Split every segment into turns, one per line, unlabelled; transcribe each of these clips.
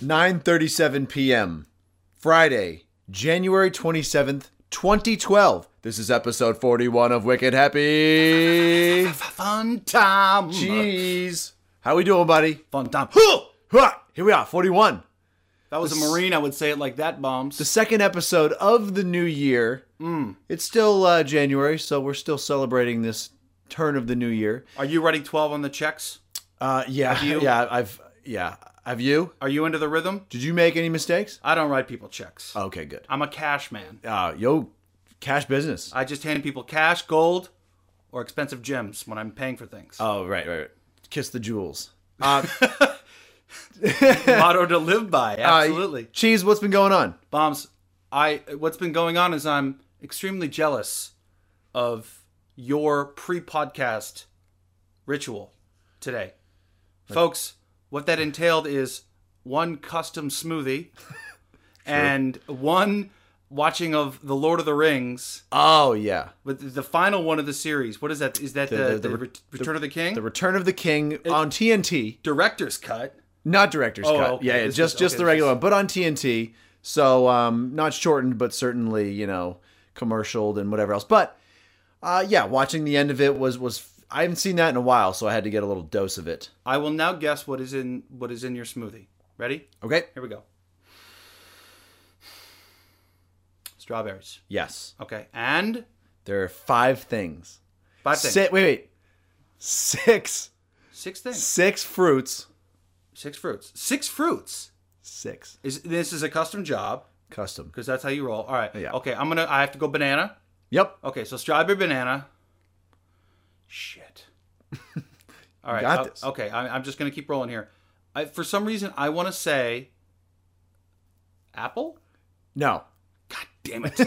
9:37 p.m. Friday, January 27th, 2012. This is episode 41 of Wicked Happy.
Fun time.
Jeez. How we doing, buddy?
Fun time.
Hua! Here we are, 41.
That was a Marine. I would say it like that, bombs.
The second episode of the new year. It's still uh, January, so we're still celebrating this turn of the new year.
Are you writing 12 on the checks?
Uh, yeah,
you?
yeah, I've yeah. Have you?
Are you into the rhythm?
Did you make any mistakes?
I don't write people checks.
Okay, good.
I'm a cash man.
Uh, yo, cash business.
I just hand people cash, gold, or expensive gems when I'm paying for things.
Oh, right, right, right. Kiss the jewels.
Motto to live by.
Uh,
Absolutely.
Cheese, what's been going on?
bombs. I what's been going on is I'm extremely jealous of your pre-podcast ritual today. Folks, what that entailed is one custom smoothie and one watching of The Lord of the Rings,
Oh yeah,
with the final one of the series. What is that? Is that the, the,
the- the-
Re- Return of the King?
The Return of the King on TNT,
Director's cut.
not director's cut.
okay.
Yeah, yeah
This
just
was-
just
okay,
the
this
regular
is-
one, but on TNT. So um, not shortened, but certainly you know commercialed and whatever else. But uh, yeah, watching the end of it was was I haven't seen that in a while, so I had to get a little dose of it.
I will now guess what is in what is in your smoothie. Ready?
Okay.
Here we go. Strawberries.
Yes,
Okay, and
there are five things.
five things.
Si- wait, wait, six
Six things.
six fruits.
Six fruits. Six fruits.
Six
Is this is a custom job
custom.
because that's how you roll. All right.
Yeah.
Okay, I'm gonna. I have to go banana.
Yep.
Okay, so strawberry banana. Shit. All right.
got
uh,
this.
Okay, I, I'm just gonna keep rolling here. I, for some reason, I want to say apple.
No.
God damn it.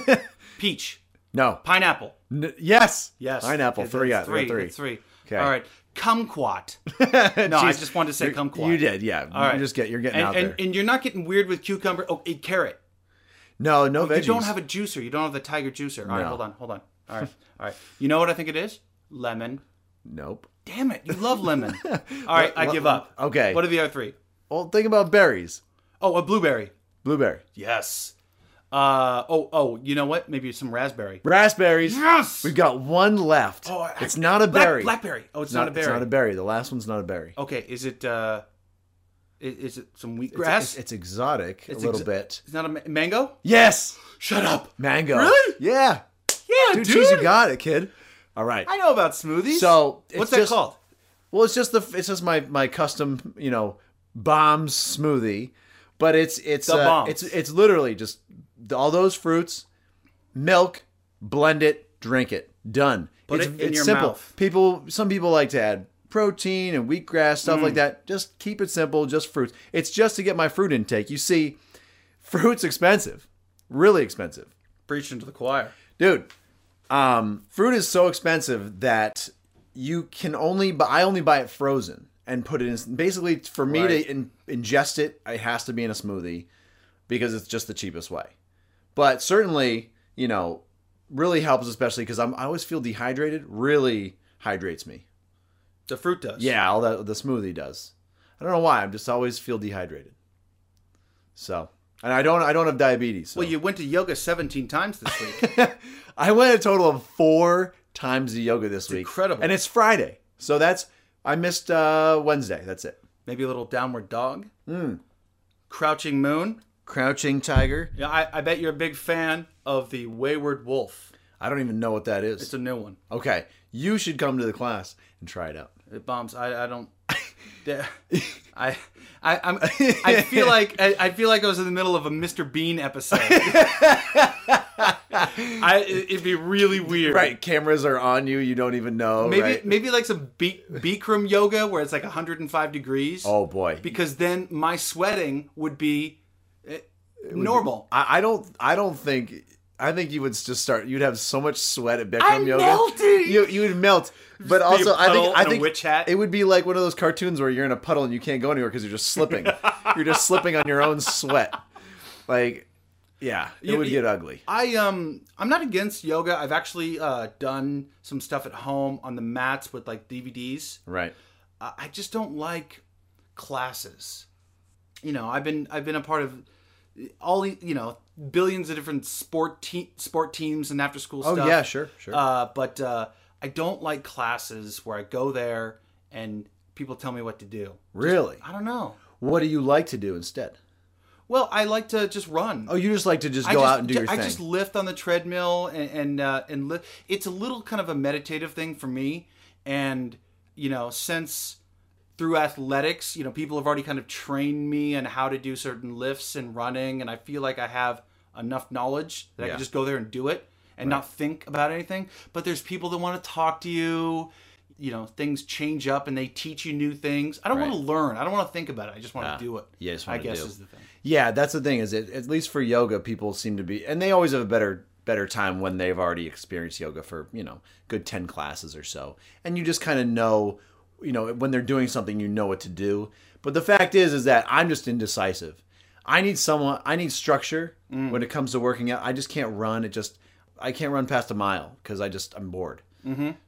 Peach.
No.
Pineapple.
N- yes.
Yes.
Pineapple.
It-
three.
it's
Yeah, three. three.
it's three.
Okay.
All right. Kumquat. No, I
Jeez.
just wanted to say
You're-
kumquat.
You did, yeah.
All right.
You just get you're getting
and,
out
and,
there.
and you're not getting weird with cucumber. Oh, a carrot.
no, no veggies.
oh, You don't have a juicer. You don't have the tiger juicer. All right,
No.
hold on, hold on. All right, all right. You know what I think it is? Lemon.
nope.
Damn it, you love lemon. All right, I
what-
give up.
okay.
What are the other three?
Well, think about berries.
Oh, a blueberry.
Blueberry,
Yes. Uh oh oh. You know what? Maybe some raspberry.
raspberries.
Yes.
We've got one left.
Oh, I-
it's not a
Black-
berry.
Blackberry. Oh, it's, not, a berry. Oh,
It's not a berry. The last one's not a berry.
okay, is it? uh Is, is it some wheatgrass?
It's- It's, it's exotic
It's
a little
exa-
bit.
It's not a ma- mango.
Yes.
Shut up.
Mango.
Really?
Yeah.
Yeah,
Dude,
dude.
cheese, you got it, kid. All right.
I know about smoothies.
So, it's
what's that
just-
called?
Well, it's just the it's just my my custom you know bomb smoothie, but it's it's
The
uh,
bombs.
it's it's literally just th- all those fruits, milk, blend it, drink it, done.
Put
it's
it in
it's
your
simple.
mouth.
People, some people like to add protein and wheatgrass stuff
Mm.
like that. Just keep it simple, just fruits. It's just to get my fruit intake. You see, fruits expensive, really expensive
Preaching to the choir.
dude um fruit is so expensive that you can only buy i only buy it frozen and put it in basically for me
Right.
to in, ingest it it has to be in a smoothie because it's just the cheapest way but certainly you know really helps especially because i'm i always feel dehydrated really hydrates me
The fruit does.
yeah all that the smoothie does i don't know why i'm just always feel dehydrated so and i don't i don't have diabetes so.
Well, you went to yoga 17 times this week.
I went a total of four times the yoga this week.
incredible.
And it's Friday. So that's I missed uh Wednesday. That's it.
Maybe a little downward dog.
Hmm.
Crouching moon.
Crouching tiger.
Yeah, I, I bet you're a big fan of the Wayward Wolf.
I don't even know what that is.
It's a new one.
okay. You should come to the class and try it out.
It bombs. I, I don't. Yeah. I I I'm, I feel like I, I feel like I was in the middle of a Mr. Bean episode. I it- it'd be really weird.
Right. Cameras are on you, you don't even know.
Maybe
right?
maybe like some Bi- Bikram yoga where it's like 105 degrees.
Oh boy.
Because then my sweating would be eh, normal.
I, I don't I don't think I think you would just start. You'd have so much sweat at Bikram
I'm
yoga.
melting!
You you would melt, but
be a
also I
puddle
think I
in a
think
witch hat.
it would be like one of those cartoons where you're in a puddle and you can't go anywhere because you're just slipping. you're just slipping on your own sweat. Like, yeah, it
You-
would
you-
get ugly.
I um I'm not against yoga. I've actually uh, done some stuff at home on the mats with like DVDs.
Right.
I I just don't like classes. you know, I've been I've been a part of eh, all the- you know billions of different sport te- sport teams and after school
Oh
stuff.
yeah, sure, sure.
Uh, but uh, I don't like classes where I go there and people tell me what to do.
really?
I don't know.
What do you like to do instead?
Well, I like to just run.
Oh, you just like to just
I
go
just,
out and do your
I
thing.
just lift on the treadmill and and, uh, and li- it's a little kind of a meditative thing for me. And you know, since through athletics, you know, people have already kind of trained me on how to do certain lifts and running, and I feel like I have enough knowledge that I
Yeah.
can just go there and do it and not think about anything. But there's people that want to talk to you. You know, things change up and they teach you new things. I don't want to learn. I don't want to think about it. I just want to do it.
Ah, Yeah, I just
I
wanna
guess
do.
is the thing.
Yeah, that's the thing is it, at least for yoga, people seem to be, and they always have a better better time when they've already experienced yoga for you know good ten classes or so, and you just kind of know, you know, when they're doing something, you know what to do. But the fact is, is that I'm just indecisive. I need someone. I need structure when it comes to working out. I just can't run. It just I can't run past a mile because I just I'm bored.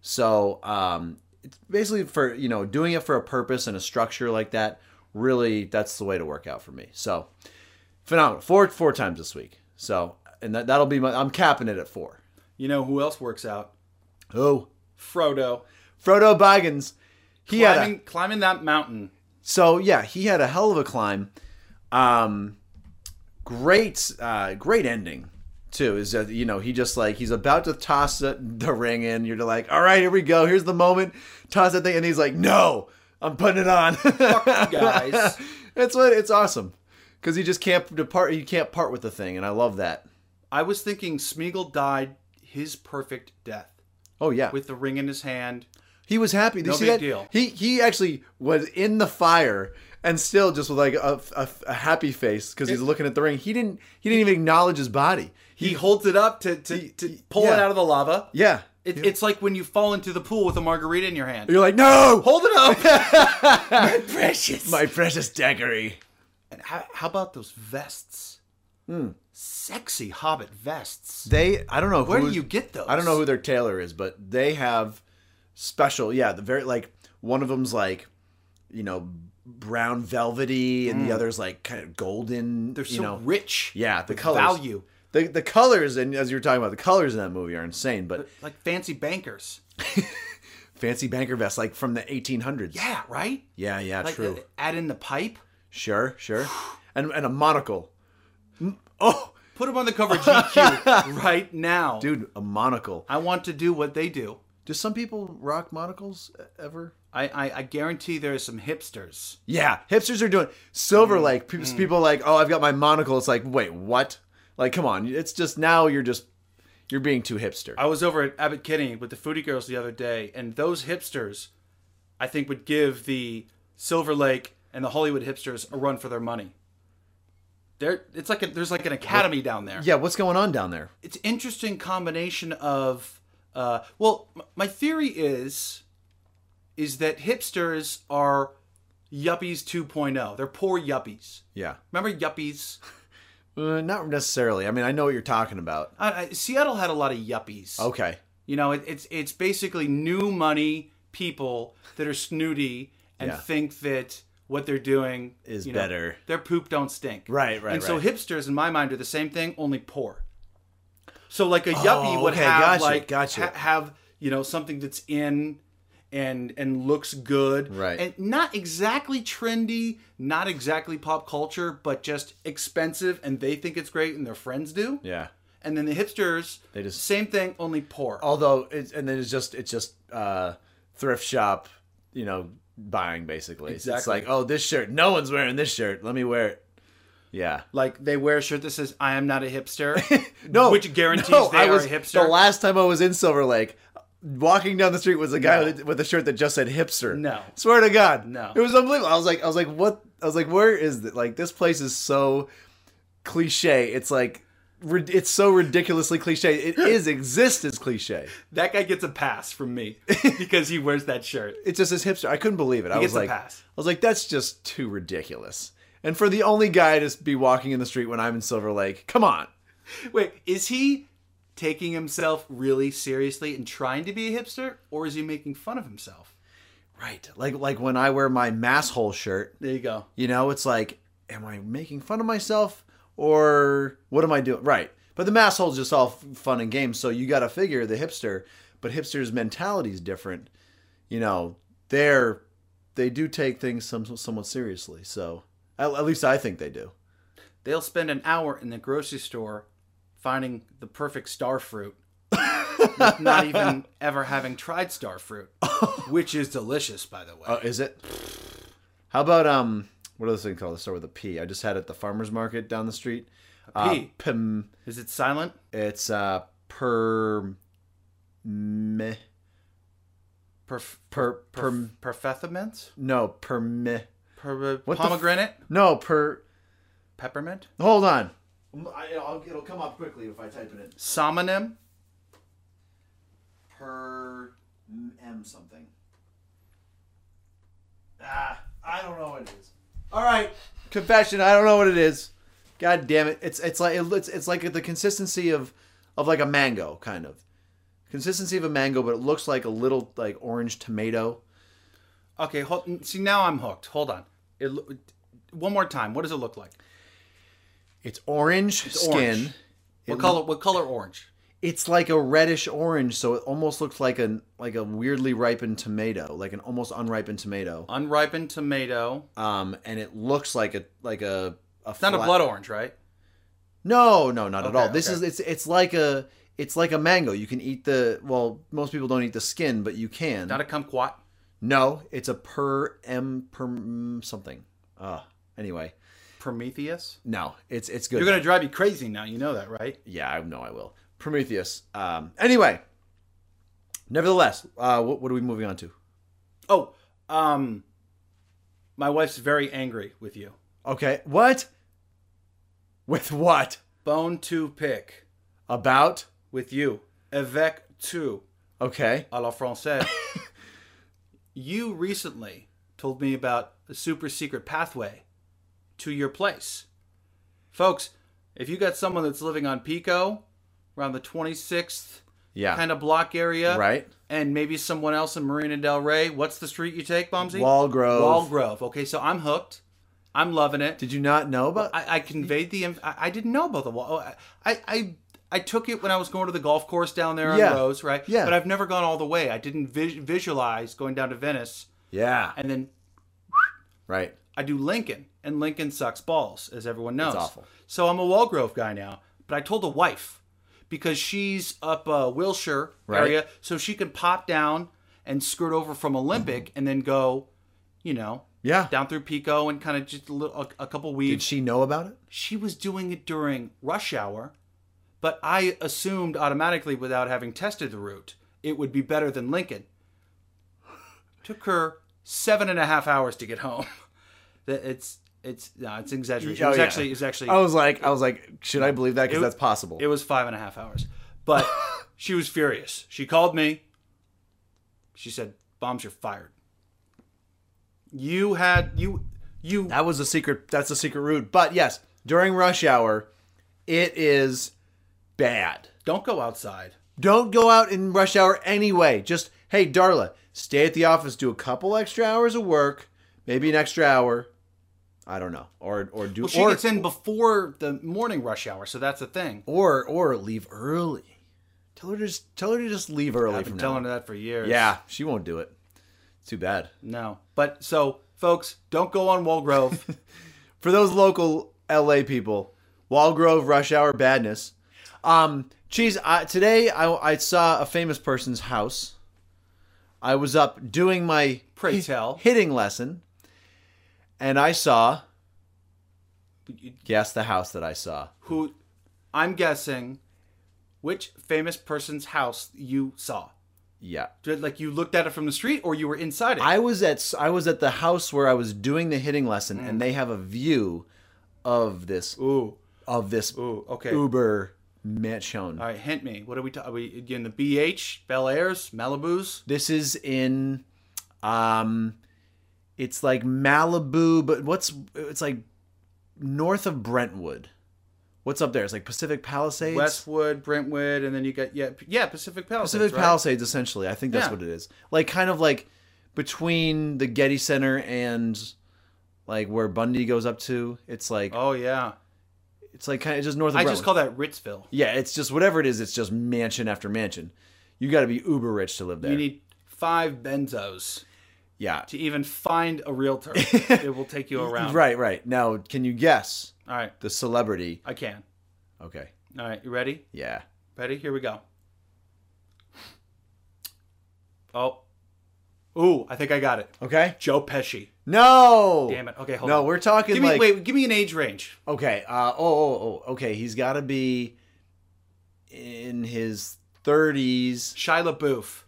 So um, it's basically for you know doing it for a purpose and a structure like that. Really, that's the way to work out for me. So phenomenal. Four four times this week. So and that that'll be my. I'm capping it at four.
You know who else works out?
Who?
Frodo.
Frodo Baggins. He had a-
climbing, climbing that mountain.
so yeah, he had a hell of a climb. Um, great, uh, great ending too. Is that you know he just like he's about to toss the, the ring in. You're like, all right, here we go. Here's the moment. Toss that thing, and he's like, no, I'm putting it on.
Fuck you guys.
That's what it's awesome because he just can't depart. He can't part with the thing, and I love that.
I was thinking Smeagol died his perfect death
Oh yeah,
with the ring in his hand.
He was happy. Did you
No
see
big
that?
deal.
He he actually was in the fire and still just with like a, a, a happy face because he's looking at the ring. He didn't he didn't even acknowledge his body.
He holds it up to, to, to pull it
yeah.
out of the lava.
Yeah,
It, It's like when you fall into the pool with a margarita in your hand.
you're like no,
Hold it up! My precious.
my precious daiquiri.
And how, how about those vests?
Hmm.
Sexy hobbit vests.
They I don't know
Where
who,
do you get those?
I don't know who their tailor is, but they have special. Yeah, the very like one of them's like you know brown velvety and the other's like kind of golden.
Mm. They're so
you know
rich.
yeah the colors
Value.
the the colors and as you were talking about the colors in that movie are insane, but.
Like fancy bankers.
fancy banker vest like from the 1800s.
Yeah, right?
yeah, yeah,
Like
true.
uh, add in the pipe.
sure, sure. And and a monocle. Mm, Oh,
Put them on the cover of GQ right now.
dude, a monocle.
I want to do what they do.
Do some people rock monocles e- ever?
I, I, I guarantee there are some hipsters.
Yeah, hipsters are doing
Mm,
silver like pe- people like, "Oh, I've got my monocle." It's like, "Wait, what?" Like, come on. It's just now you're just you're being too hipster.
I was over at Abbott Kinney with the Foodie Girls the other day, and those hipsters, I think, would give the Silver Lake and the Hollywood hipsters a run for their money. There, it's like a, there's like an academy down there.
yeah, what's going on down there?
it's interesting combination of uh, well m- my theory is is that hipsters are yuppies 2.0 they're poor yuppies
Yeah.
remember yuppies
Uh, not necessarily. I mean, I know what you're talking about.
I, I, seattle had a lot of yuppies
Okay.
you know it, it's it's basically new money people that are snooty and
Yeah.
think that what they're doing
Is
you know,
better.
their poop don't stink
Right, right,
and so
right.
hipsters in my mind are the same thing only poor so like a yuppie
Oh,
would
okay,
have
gotcha,
like
gotcha.
ha- have you know something that's in and and looks good
Right.
and not exactly trendy not exactly pop culture but just expensive and they think it's great and their friends do
Yeah.
and then the hipsters
They just- Oh.
same thing only poor
although it's and then it's just it's just uh thrift shop you know buying basically It's- it's
Exactly.
like oh this shirt no one's wearing this shirt let me wear it yeah
like they wear a shirt that says "I am not a hipster,"
no
which guarantees
no,
they
I
are
was,
a
the
hipster.
last time i was in silver lake walking down the street was a guy with, with a shirt that just said hipster
No.
swear to god
No.
it was unbelievable i was like i was like what i was like where is it like this place is so cliche it's like rid- it's so ridiculously cliche it is existence cliche
that guy gets a pass from me because he wears that shirt.
It just says hipster. I couldn't believe it. I was
gets a
like,
pass.
I was like, that's just too ridiculous. And for the only guy to be walking in the street when I'm in Silver Lake, come on.
Wait, is he taking himself really seriously and trying to be a hipster, or is he making fun of himself?
Right. Like like when I wear my masshole shirt,
There you go.
you know, it's like am I making fun of myself or what am I doing? Right. But the mass hole's just all f- fun and games. So you got to figure the hipster, but hipsters' mentality is different. You know, they're they do take things some, somewhat seriously. So at, at least I think they do.
They'll spend an hour in the grocery store finding the perfect star fruit, with not even ever having tried star fruit, which is delicious, by the way.
Oh, is it? How about um, what are those things called? They start with a P. I just had it at the farmers market down the street. Uh,
P.
pim-
is it silent?
it's uh per me
Perf-
per per
perf- perfethiment?
no per me
Per-
What the f-
pomegranate?
no per.
Peppermint?
Hold on. I, will it'll come up quickly if I type it in.
Salmonem?
Per m something. Ah, I don't know what it is. All right, confession. I don't know what it is. God damn it! It's it's like it's it's like the consistency of of like a mango kind of consistency of a mango, but it looks like a little like orange tomato.
Okay, hold, see, now I'm hooked. Hold on. It, lo- one more time. What does it look like?
It's orange skin.
orange. What color? What color orange?
It's like a reddish orange, so it almost looks like an like a weirdly ripened tomato, like an almost unripened tomato.
Unripened tomato.
um, and it looks like a like a, a
It's not a blood orange, right?
No, no, not at
Okay,
all. This
okay.
is it's it's like a it's like a mango. You can eat the well, most people don't eat the skin, but you can.
Not a kumquat.
no, it's a per m per m something. Uh anyway,
Prometheus.
no, it's it's good.
You're gonna drive me crazy now. You know that, right?
yeah, I know I will. Prometheus. Um, anyway, nevertheless, uh, what, what are we moving on to?
Oh, um, my wife's very angry with you.
Okay, what? With what?
Bone to pick
About?
with you. Avec tu
Okay.
à la française. you recently told me about a super secret pathway to your place. Folks, if you got someone that's living on Pico, around the 26th
Yeah.
kind of block area,
right.
and maybe someone else in Marina Del Rey, what's the street you take, Bombsy?
Wall Grove.
Wall Grove. Okay, so I'm hooked. I'm loving it.
Did you not know about?
I, I conveyed the. inf- I, I didn't know about the wall. Oh, I, I, I, I took it when I was going to the golf course down there on
Yeah.
Rose, right?
Yeah.
But I've never gone all the way. I didn't vis- visualize going down to Venice,
yeah.
and then
Right.
I do Lincoln, and Lincoln sucks balls, as everyone knows.
awful.
So I'm a Walgrove guy now, but I told the wife because she's up uh, Wilshire
Right.
area, so she could pop down and skirt over from Olympic, and then go, you know,
Yeah.
down through Pico and kind of just a little, a, a couple
Did
weeds
she know about it?
she was doing it during rush hour, but I assumed automatically without having tested the route it would be better than Lincoln. Took her seven and a half hours to get home. That- It's it's no, it's an exaggeration.
Oh,
it was
yeah.
actually it's actually
I was like, I was like, should I believe that? Because that's possible.
it was five and a half hours. But she was furious. She called me. She said, "Bombs, you're fired. You had you you
that was a secret. That's a secret route. But yes, during rush hour, it is bad.
don't go outside."
Don't go out in rush hour anyway. Just hey, Darla, stay at the office, do a couple extra hours of work, maybe an extra hour. I don't know, or or do
Well, she
or
gets in before the morning rush hour, so that's the thing.
or or leave early. Tell her to just tell her to just leave early.
I've
from
been
now
telling
on.
her that for years.
Yeah, she won't do it. Too bad.
No. But so, folks, don't go on Wall Grove.
for those local LA people, Walgrove rush hour badness. Um, geez, I, today I, I saw a famous person's house. I was up doing my
Pray
hit-
tell.
hitting lesson, and I saw
You-
guess the house that I saw.
Who, I'm guessing, which famous person's house you saw?
Yeah,
Did- Like you looked at it from the street, or you were inside it?
I was at I was at the house where I was doing the hitting lesson,
Mm.
and they have a view of this
Ooh.
of this
Ooh. Okay.
Uber mansion.
All right. Hint me. What are we? Ta- are we in the BH, Bel Airs, Malibu's?
This is in um it's like Malibu, but what's it's like north of Brentwood. What's up there? It's like Pacific Palisades.
Westwood, Brentwood, and then you got yeah, yeah, Pacific Palisades.
Pacific
right?
Palisades essentially. I think that's
Yeah.
what it is. Like kind of like between the Getty Center and like where Bundy goes up to. It's like
Oh yeah.
it's like kind of just north of.
I
Brentwood.
just call that Ritzville.
Yeah, it's just whatever it is. It's just mansion after mansion. You got to be uber rich to live there.
You need five benzos
yeah,
to even find a realtor. it will take you around.
right, right. Now, can you guess
All right.
the celebrity?
I can.
Okay,
All right. You ready?
yeah.
Ready? Here we go. Oh. Ooh, I think I got it.
Okay.
Joe Pesci.
No.
Damn it. Okay, hold
no,
on.
we're talking
Give me
like
wait, give me an age range.
okay. Uh, oh, oh, oh, okay. He's got to be in his thirties.
Shia LaBeouf,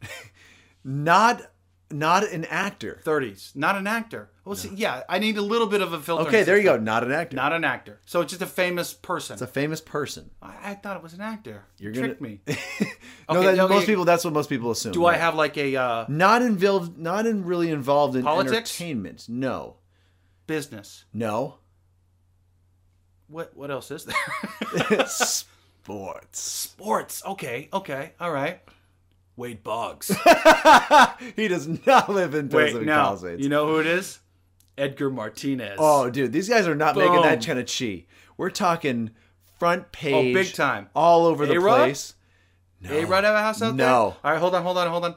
Not, not an actor.
30s. Not an actor. Well, see, yeah, I need a little bit of a filter.
Okay, there you go. Not an actor.
Not an actor. So it's just a famous person.
it's a famous person.
I, I thought it was an actor.
You're
You
gonna-
tricked me.
no,
Okay,
that,
no,
most
you-
people. That's what most people assume.
Do I have like a uh,
not involved not in really involved in
Politics?
entertainment no
business?
no
What what else is there?
sports
Sports. Okay, okay, all right. Wade Boggs.
he does not live in
Wait,
Pacific
no.
Palisades
You know who it is? Edgar Martinez.
oh dude these guys are not making that
Boom.
kind of chi we're talking front page
Oh, big time.
all over the
A-Rod?
place no.
Hey, right have a house out there?
No.
All right, hold on, hold on, hold on.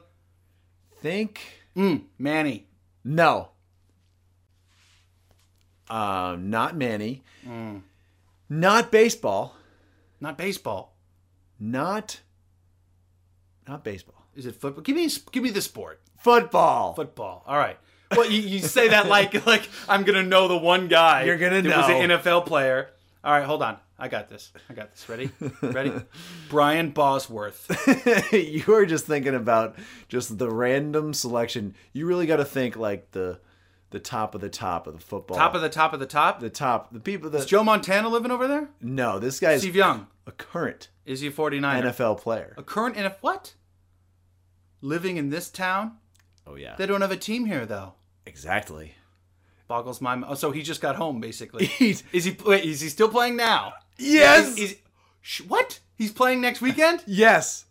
think
Mm, Manny.
no um not manny
Mm.
not baseball
Not baseball.
not not baseball
Is it football? Give me give me the sport.
football
Football. All right. Well, you, you say that like like I'm gonna know the one guy.
You're gonna
that was an
know.
NFL player. All right, hold on. I got this. I got this. Ready? Ready? Brian Bosworth.
you are just thinking about just the random selection. You really got to think like the the top of the top of the football.
Top of the top of the top.
the top. The people that
Is Joe Montana living over there?
no, this guy's
Steve Young.
a current
Is he a 49?
NFL player.
A current NFL. What? Living in this town?
Oh yeah,
They don't have a team here though.
exactly.
Boggles my mind. Oh, so he just got home basically.
He's-
is he? Wait, is he still playing now?
Yes,
Is, is, sh- what? He's playing next weekend?
yes.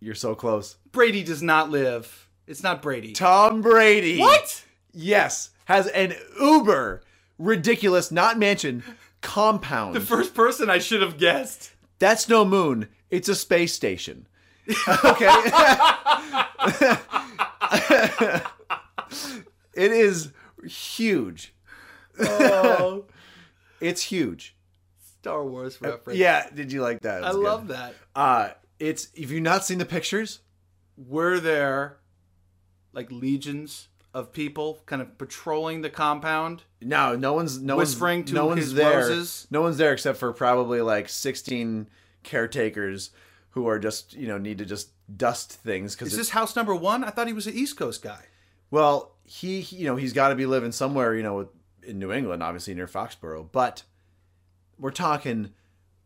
You're so close.
Brady does not live. It's not Brady.
Tom Brady.
what?
Yes, has an uber ridiculous, not mansion compound.
The first person I should have guessed.
That's no moon. It's a space station. okay. it is huge.
Oh,
It's huge.
Star Wars reference.
Uh, Yeah, did you like that? It
I
was
love
good.
that.
Uh, it's if you've not seen the pictures,
Were there like legions of people kind of patrolling the compound?
no, no one's no
Whispering
one's,
to
no one's
his
there.
roses.
No one's there except for probably like sixteen caretakers who are just you know need to just dust things because
Is this house number one? I thought he was an East Coast guy.
Well, he, he- you know, he's got to be living somewhere, you know, with- in New England, obviously near Foxborough. But we're talking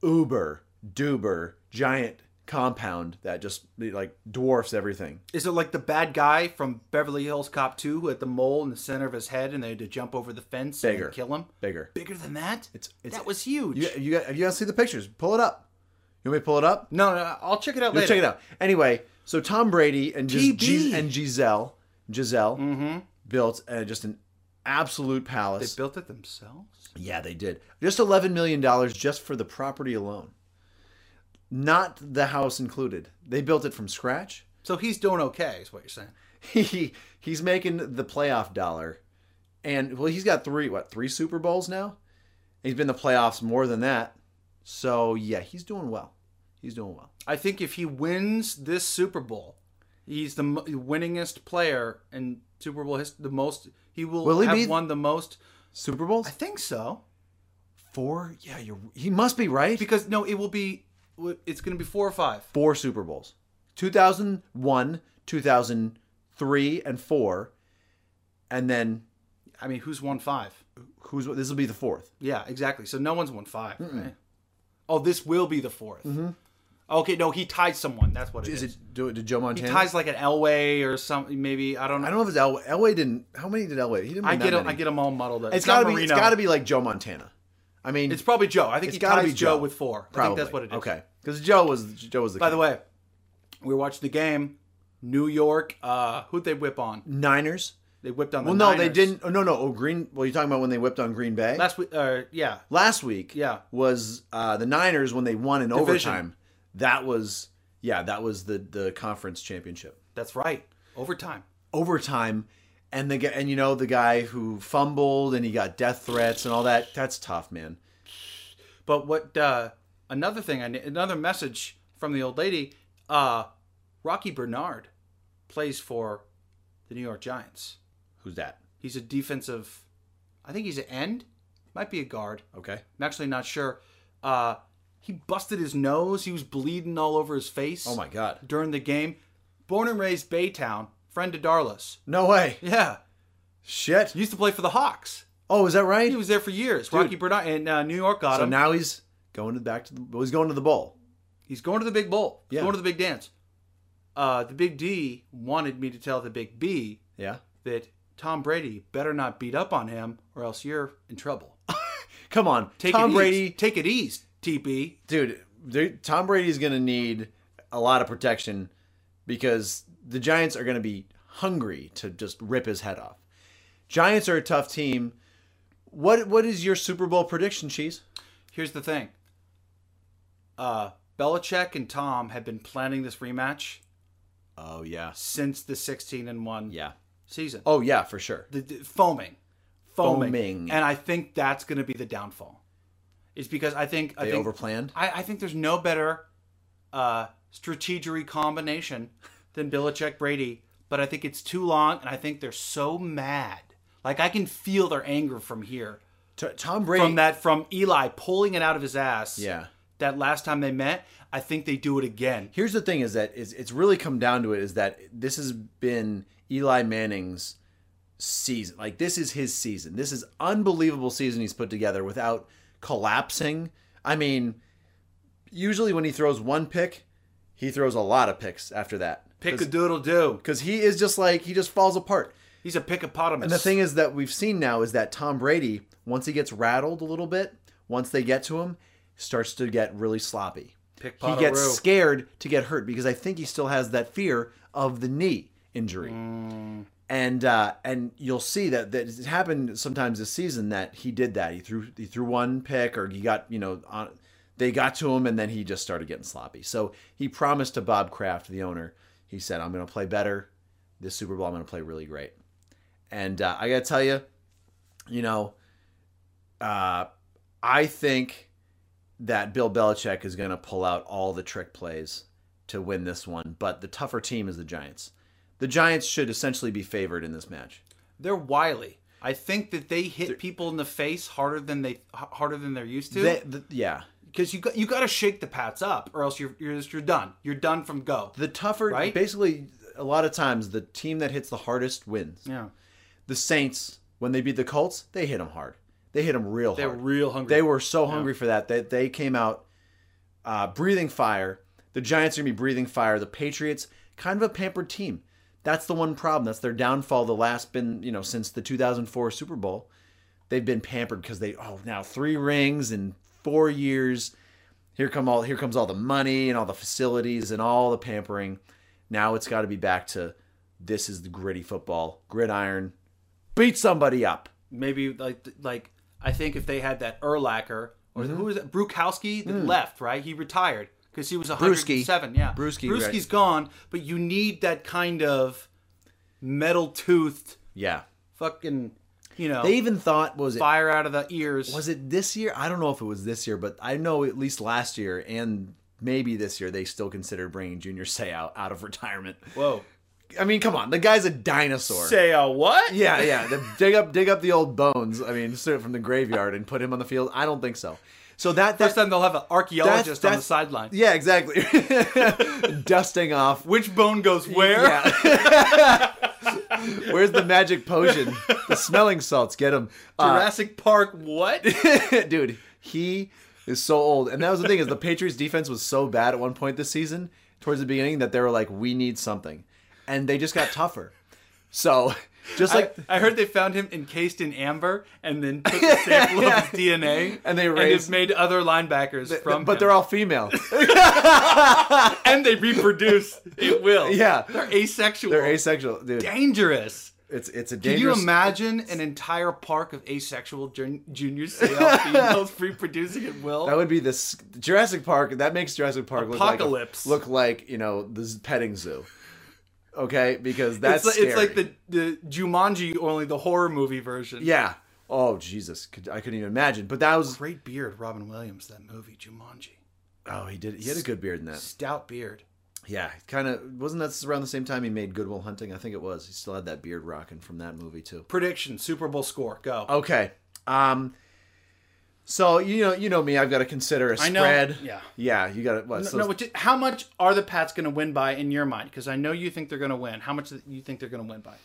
uber duber giant compound that just like dwarfs everything.
Is it like the bad guy from Beverly Hills Cop 2 who had the mole in the center of his head and they had to jump over the fence
Bigger.
and kill him?
Bigger.
Bigger than that?
It's it's
that was huge.
you, you got you got to see the pictures. Pull it up. You want me to pull it up?
No, no, I'll check it out
Go
later.
check it out. Anyway, so Tom Brady and Gis-
TB.
Gis- and Giselle Giselle built uh, just an absolute
Mm-hmm. They
palace.
built it themselves.
Yeah, they did. Just $11 million just for the property alone. Not the house included. They built it from scratch.
So he's doing okay, is what you're saying.
He he's making the playoff dollar. And well, he's got three what, three Super Bowls now? He's been in the playoffs more than that. So, yeah, he's doing well. He's doing well.
I think if he wins this Super Bowl, he's the mo- winningest player in Super Bowl history. The most he will,
Will he
have
be-
won the most.
Super Bowls?
I think so
Four? Yeah, you're he must be right.
because no, it will be. It's going to be four or five.
Four Super Bowls. 2001, 2003 and 4. And then
I mean, who's won five?
who's this will be the fourth.
Yeah, exactly. So no one's won 5 right? Oh, this will be the 4th Okay, no, he tied someone. That's what it is.
Mm-hmm. Is it do, did Joe
He
Montana?
ties like an Elway or something. Maybe I don't know.
I don't know if it's Elway. Elway didn't. How many did Elway? He didn't. Win
I get
that
them.
many.
I get them all muddled up.
It's gotta
not
be. It's
Marino.
gotta be like Joe Montana. I mean,
It's probably Joe. I think
It's
he
gotta
ties
be
Joe.
Joe.
with four. I
probably.
think that's what it is.
Okay, because Joe was Joe was the
By the way, we were watching the game. New York. Uh, who'd they whip on?
Niners
They whipped on the
Well, no, they
Niners.
didn't. Oh, no, no. Oh, Green. Well, you're talking about when they whipped on Green Bay last,
Last week, uh, yeah,
week.
Yeah.
was uh, the Niners when they won in
Division.
overtime. That was yeah, that was the the conference championship
that's right. Overtime.
overtime, and the guy and you know the guy who fumbled and he got death threats and all that. That's tough, man.
But what uh, another thing, I another message from the old lady. Uh, Rocky Bernard plays for the New York Giants.
Who's that?
He's a defensive. I think he's an end. Might be a guard.
Okay,
I'm actually not sure. Uh, he busted his nose. He was bleeding all over his face.
Oh my God.
During the game, born and raised Baytown, friend to Darlis.
no way.
Yeah,
Shit.
used to play for the Hawks.
Oh, is that right?
He was there for years. Rocky Bernard and uh, New York got
So
him.
now he's going to back to the. Well, he's going to the bowl.
He's going to the big bowl. He's
Yeah.
going to the big dance. Uh, the big D wanted me to tell the big B
Yeah.
that Tom Brady better not beat up on him, or else you're in trouble.
Come on,
Take
Tom
it
Brady.
easy. Take it easy, TB.
dude, they- Tom Brady's going to need a lot of protection because the Giants are going to be hungry to just rip his head off. Giants are a tough team. What what is your Super Bowl prediction, Cheese?
Here's the thing. Uh, Belichick and Tom have been planning this rematch
Oh yeah,
since the 16 and one
yeah.
season.
Oh yeah, for sure.
The, the foaming. foaming,
Foaming.
and I think that's going to be the downfall. It's because I think I
They
think
overplanned.
I, I think there's no better uh, strategery combination than Belichick Brady, but I think it's too long, and I think they're so mad. Like I can feel their anger from here,
T- Tom Brady.
from that, from Eli pulling it out of his ass.
yeah.
That last time they met, I think they do it again.
Here's the thing: is that is it's really come down to it is that this has been Eli Manning's season. Like this is his season. This is unbelievable season he's put together without collapsing. I mean, usually when he throws one pick, he throws a lot of picks after that.
Pick a doodle do.
because he is just like he just falls apart.
He's a pickopotamus.
And the thing is that we've seen now is that Tom Brady, once he gets rattled a little bit, once they get to him, starts to get really sloppy. he
Pickpotaroo.
gets scared to get hurt because I think he still has that fear of the knee injury. And uh, and you'll see that that it happened sometimes this season that he did that. He threw he threw one pick or he got you know on, they got to him and then he just started getting sloppy. So he promised to Bob Kraft, the owner, he said, "I'm going to play better this Super Bowl. I'm going to play really great." And uh, I got to tell you, you know, uh, I think that Bill Belichick is going to pull out all the trick plays to win this one, but the tougher team is the Giants. The Giants should essentially be favored in this match.
they're wily. I think that they hit people in the face harder than they h- harder than they're used to.
They, the, yeah,
because you got you got to shake the Pats up, or else you're you're just, you're done. You're done from go.
the tougher,
Right?
basically, a lot of times the team that hits the hardest wins.
Yeah,
The Saints, when they beat the Colts, they hit them hard. They hit them real
they're
hard.
real hungry.
They were so hungry for that that they came out uh, breathing fire. The Giants are gonna be breathing fire. The Patriots, kind of a pampered team. That's the one problem. That's their downfall. The last been you know since the 2004 Super Bowl, they've been pampered because they oh now three rings in four years. Here come all here comes all the money and all the facilities and all the pampering. Now it's got to be back to this is the gritty football gridiron. Beat somebody up.
Maybe like like I think if they had that Erlacher or
Mm-hmm.
who was that Brukowski that left right, he retired because he was 107. Yeah,
Mm. Brewski,
Brewski's
right.
gone, but you need that kind of metal toothed
Yeah.
fucking you know
They even thought was it
fire out of the ears.
was it this year? I don't know if it was this year, but I know at least last year and maybe this year they still considered bringing Junior Seau out of retirement.
Whoa,
I mean, come on, the guy's a dinosaur.
say a what?
yeah, yeah. the- dig up, dig up the old bones. I mean, straight from the graveyard and put him on the field. I don't think so. So that
First
that's
time they'll have an archaeologist
that's,
on the sideline.
Yeah, exactly. Dusting off.
Which bone goes where?
Yeah. Where's the magic potion? The smelling salts. Get him.
Jurassic Park. What?
dude he is so old and that was the thing is the patriots defense was so bad at one point this season towards the beginning that they were like we need something and they just got tougher so just like
I, I heard they found him encased in amber and then took a sample of his DNA
And they
just
raised-
made other linebackers from
but
him.
they're all female
and they reproduce. It will.
Yeah.
they're asexual.
they're asexual dude
dangerous.
It's it's a
Can you
dangerous.
imagine an entire park of asexual jun- juniors sale females reproducing at will?
that would be this Jurassic Park. That makes Jurassic Park
Apocalypse.
look like a, look like you know the z- petting zoo. Okay, because that's
it's, like, it's
scary.
like the, the Jumanji, only the horror movie version.
yeah. Oh Jesus, could, I couldn't even imagine. But that was
Great beard, Robin Williams, that movie, Jumanji.
oh he did he had a good beard in that.
Stout beard.
Yeah, kind of wasn't that around the same time he made Goodwill Hunting? I think it was. He still had that beard rocking from that movie too.
Prediction, Super Bowl score, go.
Okay. Um. So you know you know me. I've got to consider a
I
spread.
know, yeah.
Yeah. You got to what?
No,
so
no, which- how much are the Pats going to win by in your mind? Because I know you think they're going to win. How much do you think they're going to win by?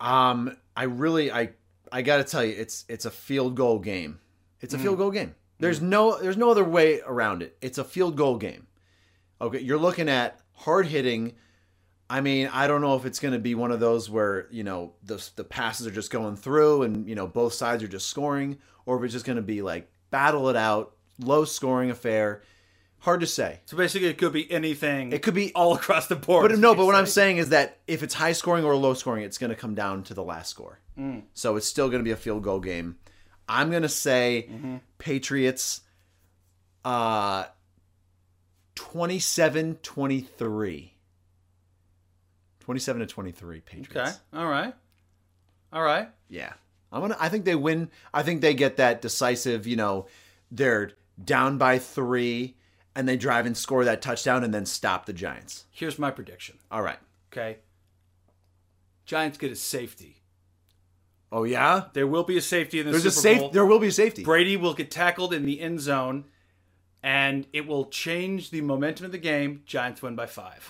Um, I really, I, I gotta tell you, it's it's a field goal game. It's a field goal game. There's no there's no other way around it. It's a field goal game. Okay, you're looking at hard hitting. I mean, I don't know if it's going to be one of those where you know the the passes are just going through and you know both sides are just scoring, or if it's just going to be like battle it out, low scoring affair. Hard to say.
So basically, it could be anything.
It could be
all across the board.
but no, but what I'm saying is that if it's high scoring or low scoring, it's going to come down to the last score. So it's still going to be a field goal game. I'm going to say Patriots uh 27-23. 27 to 23 Patriots.
Okay. All right. All right.
Yeah. I'm going to I think they win. I think they get that decisive, you know, they're down by 3 and they drive and score that touchdown and then stop the Giants.
Here's my prediction.
All right.
Okay. Giants get a safety.
Oh yeah.
There will be a safety in the
There's
Super
a safe.
Bowl.
There will be a safety.
Brady will get tackled in the end zone, and it will change the momentum of the game. Giants win by five.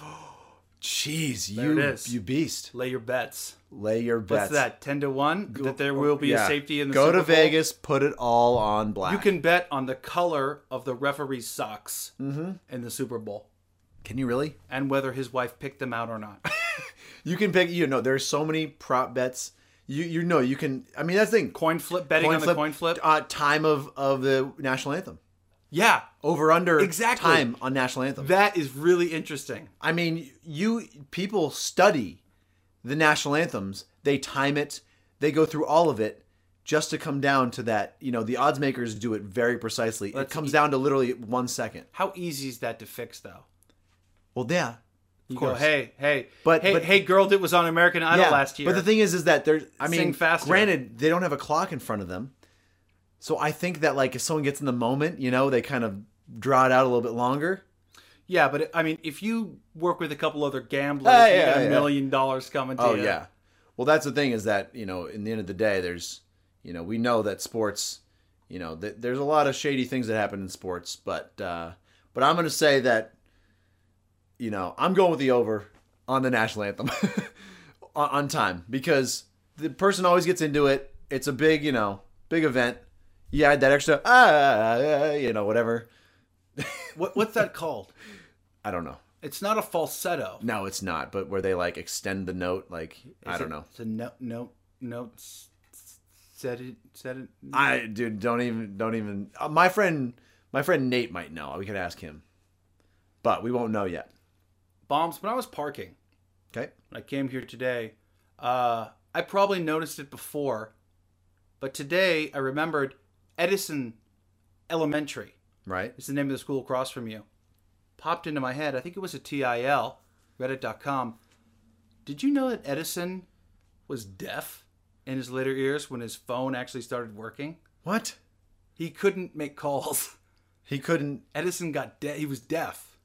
Jeez,
There
you
it is.
you beast.
Lay your bets.
Lay your
What's
bets.
that? Ten to one that there will be
Yeah.
a safety in the
Go
Super
to
Bowl?
Vegas, put it all on black.
You can bet on the color of the referee's socks
Mm-hmm.
in the Super Bowl
Can you really?
and whether his wife picked them out or not.
You can pick. You know, there's so many prop bets. You you know you can. I mean that's the thing.
coin flip betting on the coin flip.
Uh, time of of the national anthem.
yeah,
Over under
Exactly.
time on national anthem.
that is really interesting.
I mean, you people study the national anthems. They time it. They go through all of it just to come down to that. You know, the odds makers do it very precisely. it comes down to literally one second.
How easy is that to fix, though?
Well, yeah,
You
course.
go, hey, hey,
But-
hey,
but-
hey, girl that was on American Idol
yeah.
last year.
But the thing is, is that there's. I
Sing
mean,
faster.
granted, they don't have a clock in front of them, so I think that like if someone gets in the moment, you know, they kind of draw it out a little bit longer.
yeah, but I mean, if you work with a couple other gamblers,
Ah,
you
yeah,
got a
yeah.
million dollars coming to
Oh
you.
yeah. Well, that's the thing is that you know, in the end of the day, there's you know, we know that sports, you know, th- there's a lot of shady things that happen in sports, but uh, but I'm gonna say that, you know, I'm going with the over on the national anthem on, on time because the person always gets into it. It's a big, you know, big event. You add that extra, ah, you know, whatever.
What, what's that called?
I don't know.
It's not a falsetto.
No, it's not. But where they like extend the note, like I don't know.
It's a no, no, no. s- s- Said it, said it.
I dude, don't even, don't even. Uh, my friend, my friend Nate might know. We could ask him, but we won't know yet.
Bombs. When I was parking,
Okay.
when I came here today, uh, I probably noticed it before, but today I remembered Edison Elementary.
Right.
It's the name of the school across from you. Popped into my head. I think it was a TIL, reddit.com. Did you know that Edison was deaf in his later years when his phone actually started working?
What?
He couldn't make calls.
He couldn't,
Edison got de- he was deaf.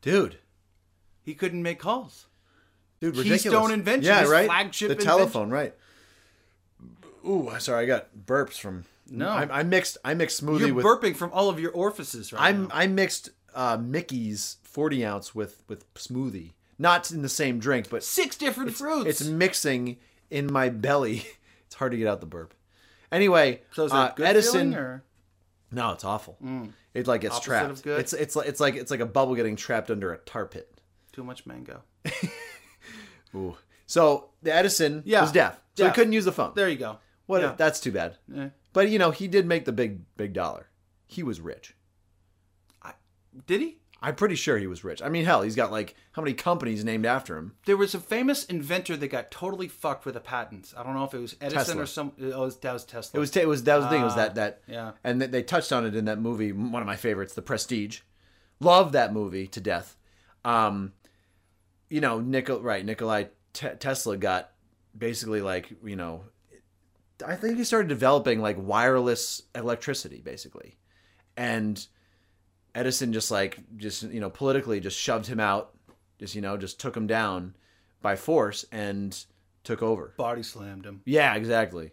dude.
He couldn't make calls.
Dude,
Keystone
ridiculous.
invention,
Yeah,
his
right.
flagship
the
invention.
telephone, right? Ooh, sorry, I got burps from.
No.
I, I mixed. I mixed smoothie
You're
with.
burping from all of your orifices right
I'm.
now.
I mixed uh, Mickey's forty ounce with with smoothie. Not in the same drink, but
Six different fruits.
it's mixing in my belly. it's hard to get out the burp. Anyway,
so is it
uh,
a good
Edison.
feeling or? Mm.
No, it's awful. It like gets
Opposite
trapped.
of good?
It's it's like it's like it's like a bubble getting trapped under a tar pit.
Too much mango.
Ooh. So the Edison
Yeah.
was deaf, so he
Deaf.
couldn't use the phone.
There you go.
what?
yeah.
That's too bad.
Eh.
But you know, he did make the big big dollar. He was rich.
Did he?
I'm pretty sure he was rich. I mean, hell, he's got like how many companies named after him?
There was a famous inventor that got totally fucked with the patents. I don't know if it was Edison
Tesla.
or some. Oh, it was, that was Tesla.
It was it was that was the thing. It was that that
yeah.
And they, they touched on it in that movie, m- one of my favorites, The Prestige. Love that movie to death. Um, you know, Nicol right Nikolai Te- Tesla got basically like you know, I think he started developing like wireless electricity basically, and Edison just like just you know politically just shoved him out, just you know just took him down by force and took over.
body slammed him.
Yeah, exactly.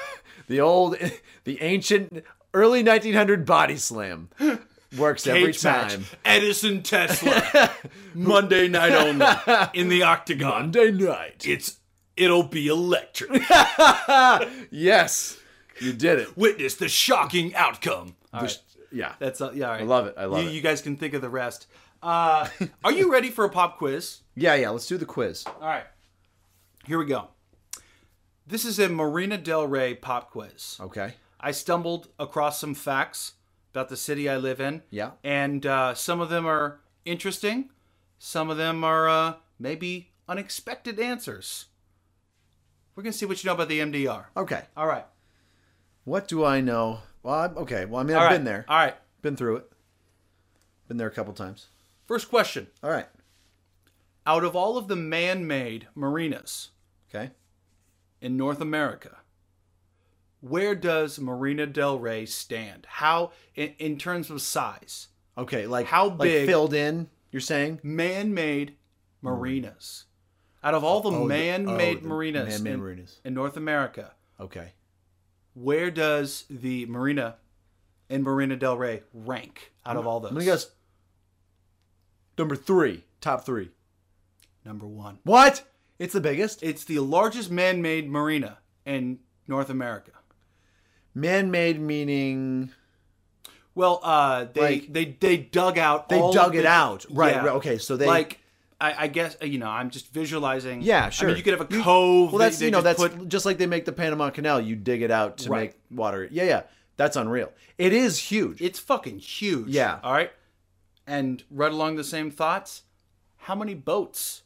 the old, the ancient, early 1900 body slam works every
Cage match.
time.
Edison Tesla. Monday night only in the octagon.
Monday night.
It's it'll be electric.
Yes, you did it.
Witness the shocking outcome.
Yeah,
That's uh, yeah. all right.
love it. I love
you,
it.
You guys can think of the rest. Uh, are you ready for a pop quiz?
yeah, yeah. Let's do the quiz.
All right. Here we go. This is a Marina Del Rey pop quiz.
Okay.
I stumbled across some facts about the city I live in.
Yeah.
And uh, some of them are interesting, some of them are uh, maybe unexpected answers. We're going to see what you know about the MDR.
Okay.
All right.
What do I know? Well, I'm, okay. Well, I mean, I've
All right.
been there,
All right.
been through it, been there a couple times.
First question.
All right.
Out of all of the man made marinas
Okay.
in North America, where does Marina Del Rey stand? How, in, in terms of size,
Okay. Like
How
like
big-
filled in? You're saying?
man-made marinas. Out of all the
the-
man-made
oh, the
marinas,
man-made
in,
marinas.
in North America,
Okay.
where does the marina in Marina Del Rey rank out of all those?
I'm gonna guess number three, top three.
Number one.
What? It's the biggest.
It's the largest man-made marina in North America.
Man-made meaning
Well, uh, they
Like-
they they dug out.
they
all
dug
of
it
the-
out, right?
Yeah.
right okay, so they
like. I, I guess uh, you know. I'm just visualizing.
Yeah,
I
sure.
mean, you could have a cove.
well,
that
that's
they
you know
just
that's
put-
just like they make the Panama Canal. You dig it out to
Right.
make water. Yeah, yeah, that's unreal. It is huge.
It's fucking huge.
Yeah.
All right. And right along the same thoughts, how many boats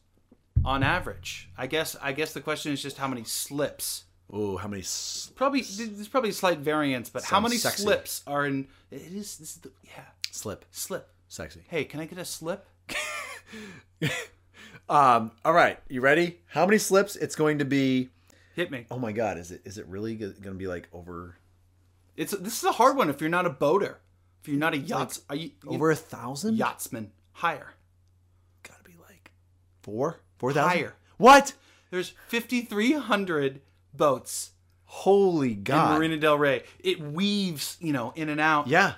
on average? I guess I guess the question is just how many slips.
Oh, how many? s-
Probably there's probably a slight variance, but how
Sounds
many
sexy.
slips are in? It is this is the yeah
Slip,
slip.
sexy.
Hey, can I get a slip?
Um, all right, you ready? How many slips? It's going to be.
Hit me.
Oh my God, is it is it really go- going to be like over
It's this is a hard one if you're not a boater, if you're not a yachts, are you, you
over a thousand?
yachtsman higher?
gotta be like four, four thousand.
Higher.
What?
There's 5,300 boats
Holy
in
God!
Marina Del Rey. It weaves, you know, in and out.
yeah,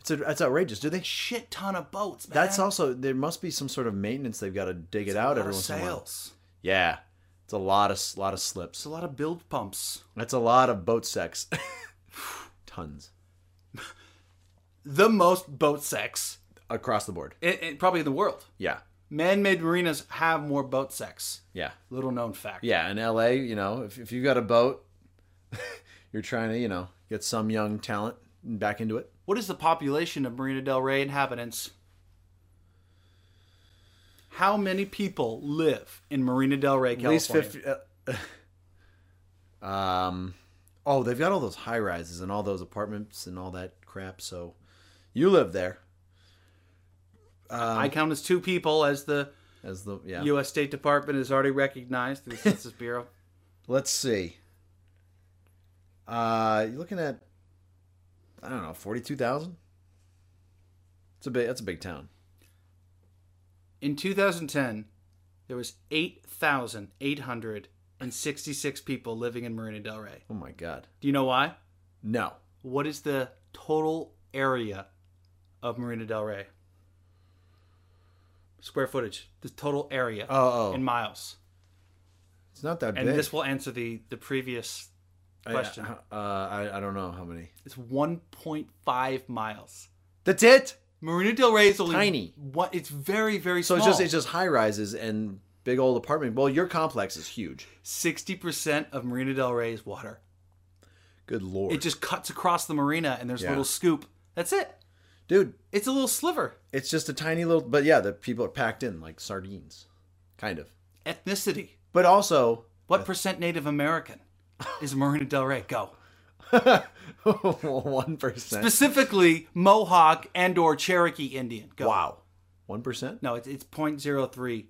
it's a, that's outrageous. Do they
shit ton of boats, man.
That's also there must be some sort of maintenance they've got to dig it out
lot
every
of
once in a while.
sails.
Yeah, it's a lot of lot of
It's
slips.
a lot of build pumps.
That's a lot of boat sex. Tons
The most boat sex,
across the board.
it, it- probably in the world.
Yeah,
Man-made marinas have more boat sex.
yeah,
Little known fact.
yeah. In L.A., you know, if if you've got a boat, you're trying to you know get some young talent back into it.
What is the population of Marina Del Rey inhabitants? How many people live in Marina Del Rey, California?
At least fifty. uh, um, oh, they've got all those high rises and all those apartments and all that crap. So, you live there um,
I count as two people, as the
as the yeah.
U.S. State Department has already recognized through the Census Bureau.
Let's see. Uh, you're looking at, I don't know, forty-two thousand. It's a big. That's a big town.
In 2010, there was 8,866 people living in Marina Del Rey.
Oh my god.
Do you know why?
No.
What is the total area of Marina Del Rey? Square footage, the total area
Oh, oh.
in miles.
It's not that
And
big.
this will answer the the previous
I-
question.
uh, I I don't know how many.
it's 1.5 miles.
That's it.
Marina Del Rey is only
Tiny.
What? It's very very
So
small.
it's just it's just high rises and big old apartment. Well, your complex is huge.
sixty percent of Marina Del Rey is water.
Good lord.
It just cuts across the marina and there's a
Yeah.
little scoop. That's it.
Dude,
It's a little sliver.
it's just a tiny little but yeah, the people are packed in like sardines. Kind of.
Ethnicity.
But also
What percent Native American is Marina Del Rey? Go.
one percent.
Specifically Mohawk and or Cherokee Indian. Go.
Wow. One percent?
No, it's it's 0.03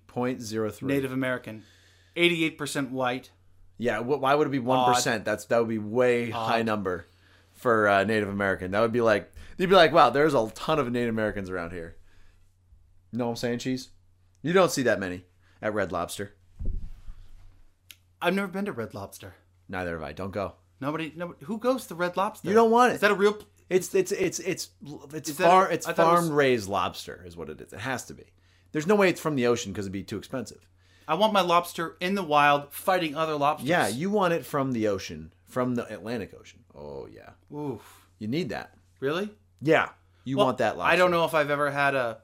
Point zero three.
Native American. 88% white.
Yeah, wh- why would it be one percent? That's that would be way high number for uh, Native American. That would be like you'd be like, wow, there's a ton of Native Americans around here. You know what I'm saying, cheese? You don't see that many at Red Lobster.
I've never been to Red Lobster.
Neither have I. Don't go.
Nobody, nobody who goes to Red Lobster?
You don't want it.
Is that a real pl-
It's it's it's it's it's
that-
far it's
I thought it was-
farm raised lobster is what it is. It has to be. There's no way it's from the ocean because it'd be too expensive.
I want my lobster in the wild fighting other lobsters.
Yeah, you want it from the ocean, from the Atlantic Ocean. Oh yeah,
Oof.
you need that.
Really?
Yeah, you
Well,
want that lobster.
I don't know if I've ever had a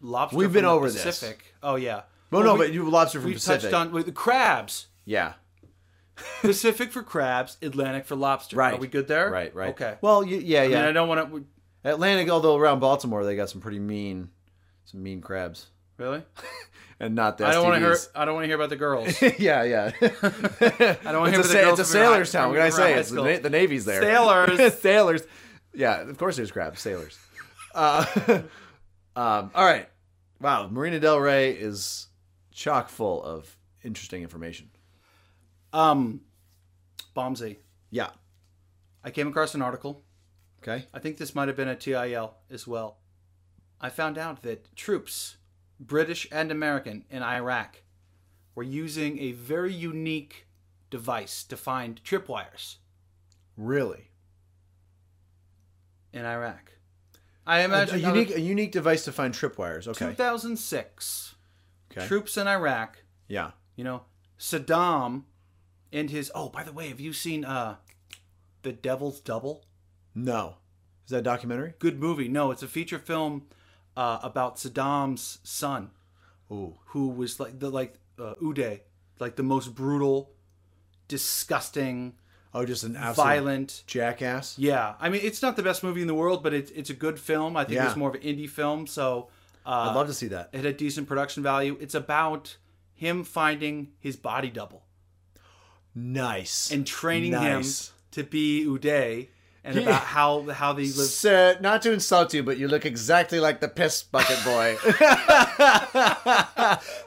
lobster.
We've
from
been
the
over this.
Pacific. Oh yeah.
Well, no,
we-
but you have lobster from
we
Pacific.
touched on with the crabs.
yeah,
Pacific for crabs, Atlantic for lobster.
Right.
Are we good there?
right, right.
Okay. Well,
Well, you, yeah,
yeah.
yeah.
And I don't want to.
Atlantic, although around Baltimore, they got some pretty mean, some mean crabs,
Really?
and not the
I don't want to hear.
STDs.
I don't want to hear about the girls.
yeah, yeah.
I don't want
It's
to hear
a,
about
sa-
the girls.
it's a
from your high-
sailor's town.
from
What can I
your high
say? It's the,
school.
na- the Navy's there.
Sailors.
sailors. Yeah, of course there's crabs. Sailors. Uh, um, all right. Wow. Marina Del Rey is chock full of interesting information.
Um, Bombsy.
Yeah.
I came across an article.
Okay.
I think this might have been a TIL as well. I found out that troops, British and American, in Iraq were using a very unique device to find tripwires
Really?
in Iraq. I
A,
imagine
a unique, a unique device to find tripwires. Okay.
2006
Okay.
troops in Iraq,
Yeah.
you know, Saddam and his Oh, by the way, have you seen uh The Devil's Double?
No. Is that a documentary?
Good movie. No, it's a feature film uh, about Saddam's son.
Ooh.
who was like the like uh, Uday, like the most brutal, disgusting,
Oh, just an absolute
violent.
jackass.
Yeah, I mean it's not the best movie in the world, but it's it's a good film. I think
Yeah.
it's more of an indie film, so
I'd
uh,
love to see that.
it had a decent production value. It's about him finding his body double
Nice.
and training
Nice.
him to be Uday, and
He-
about how how they live.
Sir, not to insult you, but you look exactly like the piss bucket boy.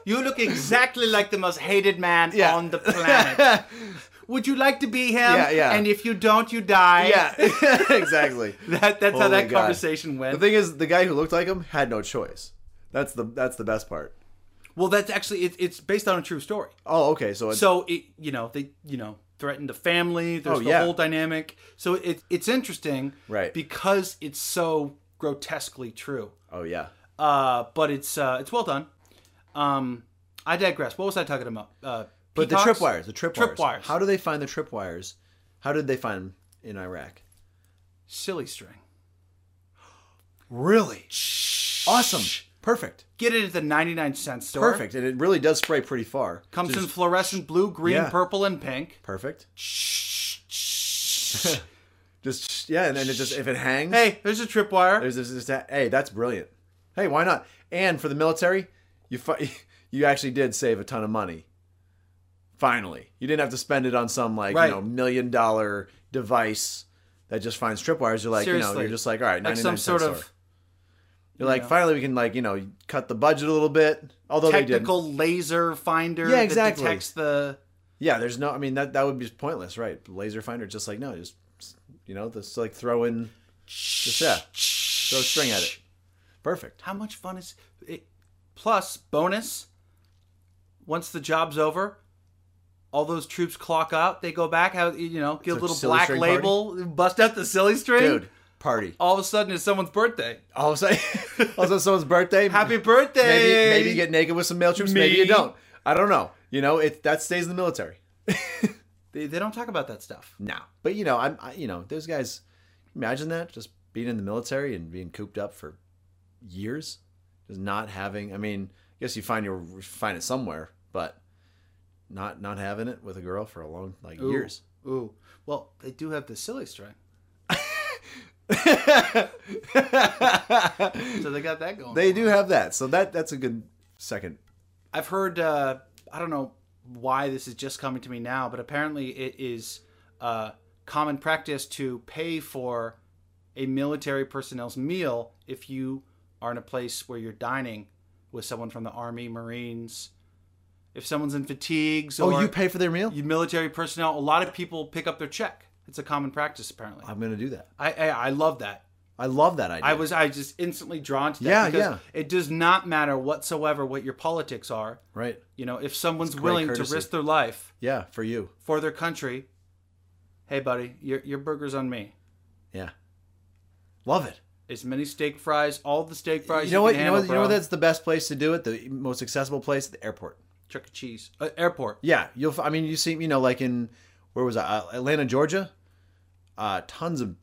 You look exactly like the most hated man
Yeah.
on the planet. Would you like to be him?
Yeah, yeah.
And if you don't, you die.
yeah, exactly.
That, that's how
Holy
that
God.
conversation
The
went.
thing is, the guy who looked like him had no choice. That's the that's the best part.
well, that's actually it, it's based on a true story.
Oh, okay. So, it's,
So it, you know, they, you know, threatened the family. There's
Oh,
the
yeah.
whole dynamic. So it, it's interesting,
Right.
Because it's so grotesquely true.
oh yeah,
Uh, but it's uh, it's well done. Um, I digress. What was I talking about? Uh,
but the
peacocks?
tripwires, the tripwires.
Tripwires.
How do they find the tripwires? How did they find 'em in Iraq?
silly string.
Really awesome, perfect,
Get it at the ninety nine cent store.
perfect, and it really does spray pretty far.
Comes
Just
in fluorescent blue, green,
Yeah.
purple, and pink.
perfect. Just yeah, and then it just if it hangs.
hey, there's a tripwire.
There's this, this that, hey, that's brilliant. Hey, why not? And for the military, you fi- you actually did save a ton of money. Finally, you didn't have to spend it on some like
Right.
you know million dollar device that just finds tripwires. You're like you know
Seriously.
you're just like all right,
like
99
some sort
store.
of
You're like finally we can like you know cut the budget a little bit. Although they did,
technical laser finder
Yeah, exactly.
that detects the
yeah. There's no, I mean that that would be pointless, right? Laser finder, just like no, just you know, just like throw in, just yeah, throw a string at it. Perfect.
how much fun is it plus bonus once the job's over all those troops clock out they go back have you know get a
It's a
little
silly
black
string
label bust out the silly string
Dude, party.
all of a sudden it's someone's birthday
All of a sudden, all of a sudden someone's birthday.
happy birthday
Maybe, maybe you get naked with some male troops. Maybe
Me.
you don't. I don't know. You know, it that stays in the military.
they, they don't talk about that stuff
No, but you know, I'm. I, you know, those guys. Imagine that just being in the military and being cooped up for years, just not having. I mean, I guess you find your find it somewhere, but not not having it with a girl for a long like years.
ooh well they do have the silly string So they got that going.
They do have that, so that that's a good second.
I've heard. Uh, I don't know why this is just coming to me now, but apparently it is uh, common practice to pay for a military personnel's meal if you are in a place where you're dining with someone from the Army, Marines. If someone's in fatigues or
Oh, you pay for their meal?
you military personnel, a lot of people pick up their check. It's a common practice apparently.
I'm gonna do that.
I I, I love that.
I love that idea.
I was I just instantly drawn to that
Yeah,
because
yeah.
it does not matter whatsoever what your politics are.
right?
You know, if someone's
great
willing
courtesy.
to risk their life
Yeah, for you.
for their country, hey buddy, your your burger's on me.
Yeah, love it.
As many steak fries, all the steak fries.
You
You,
know what?
Can
You know,
handle,
what- you know
bro.
that's the best place to do it. The most accessible place, the airport.
Chuck E. Cheese uh, airport.
Yeah, you'll. f- I mean, you see, you know, like in where was I? Uh, Atlanta, Georgia. Uh, tons of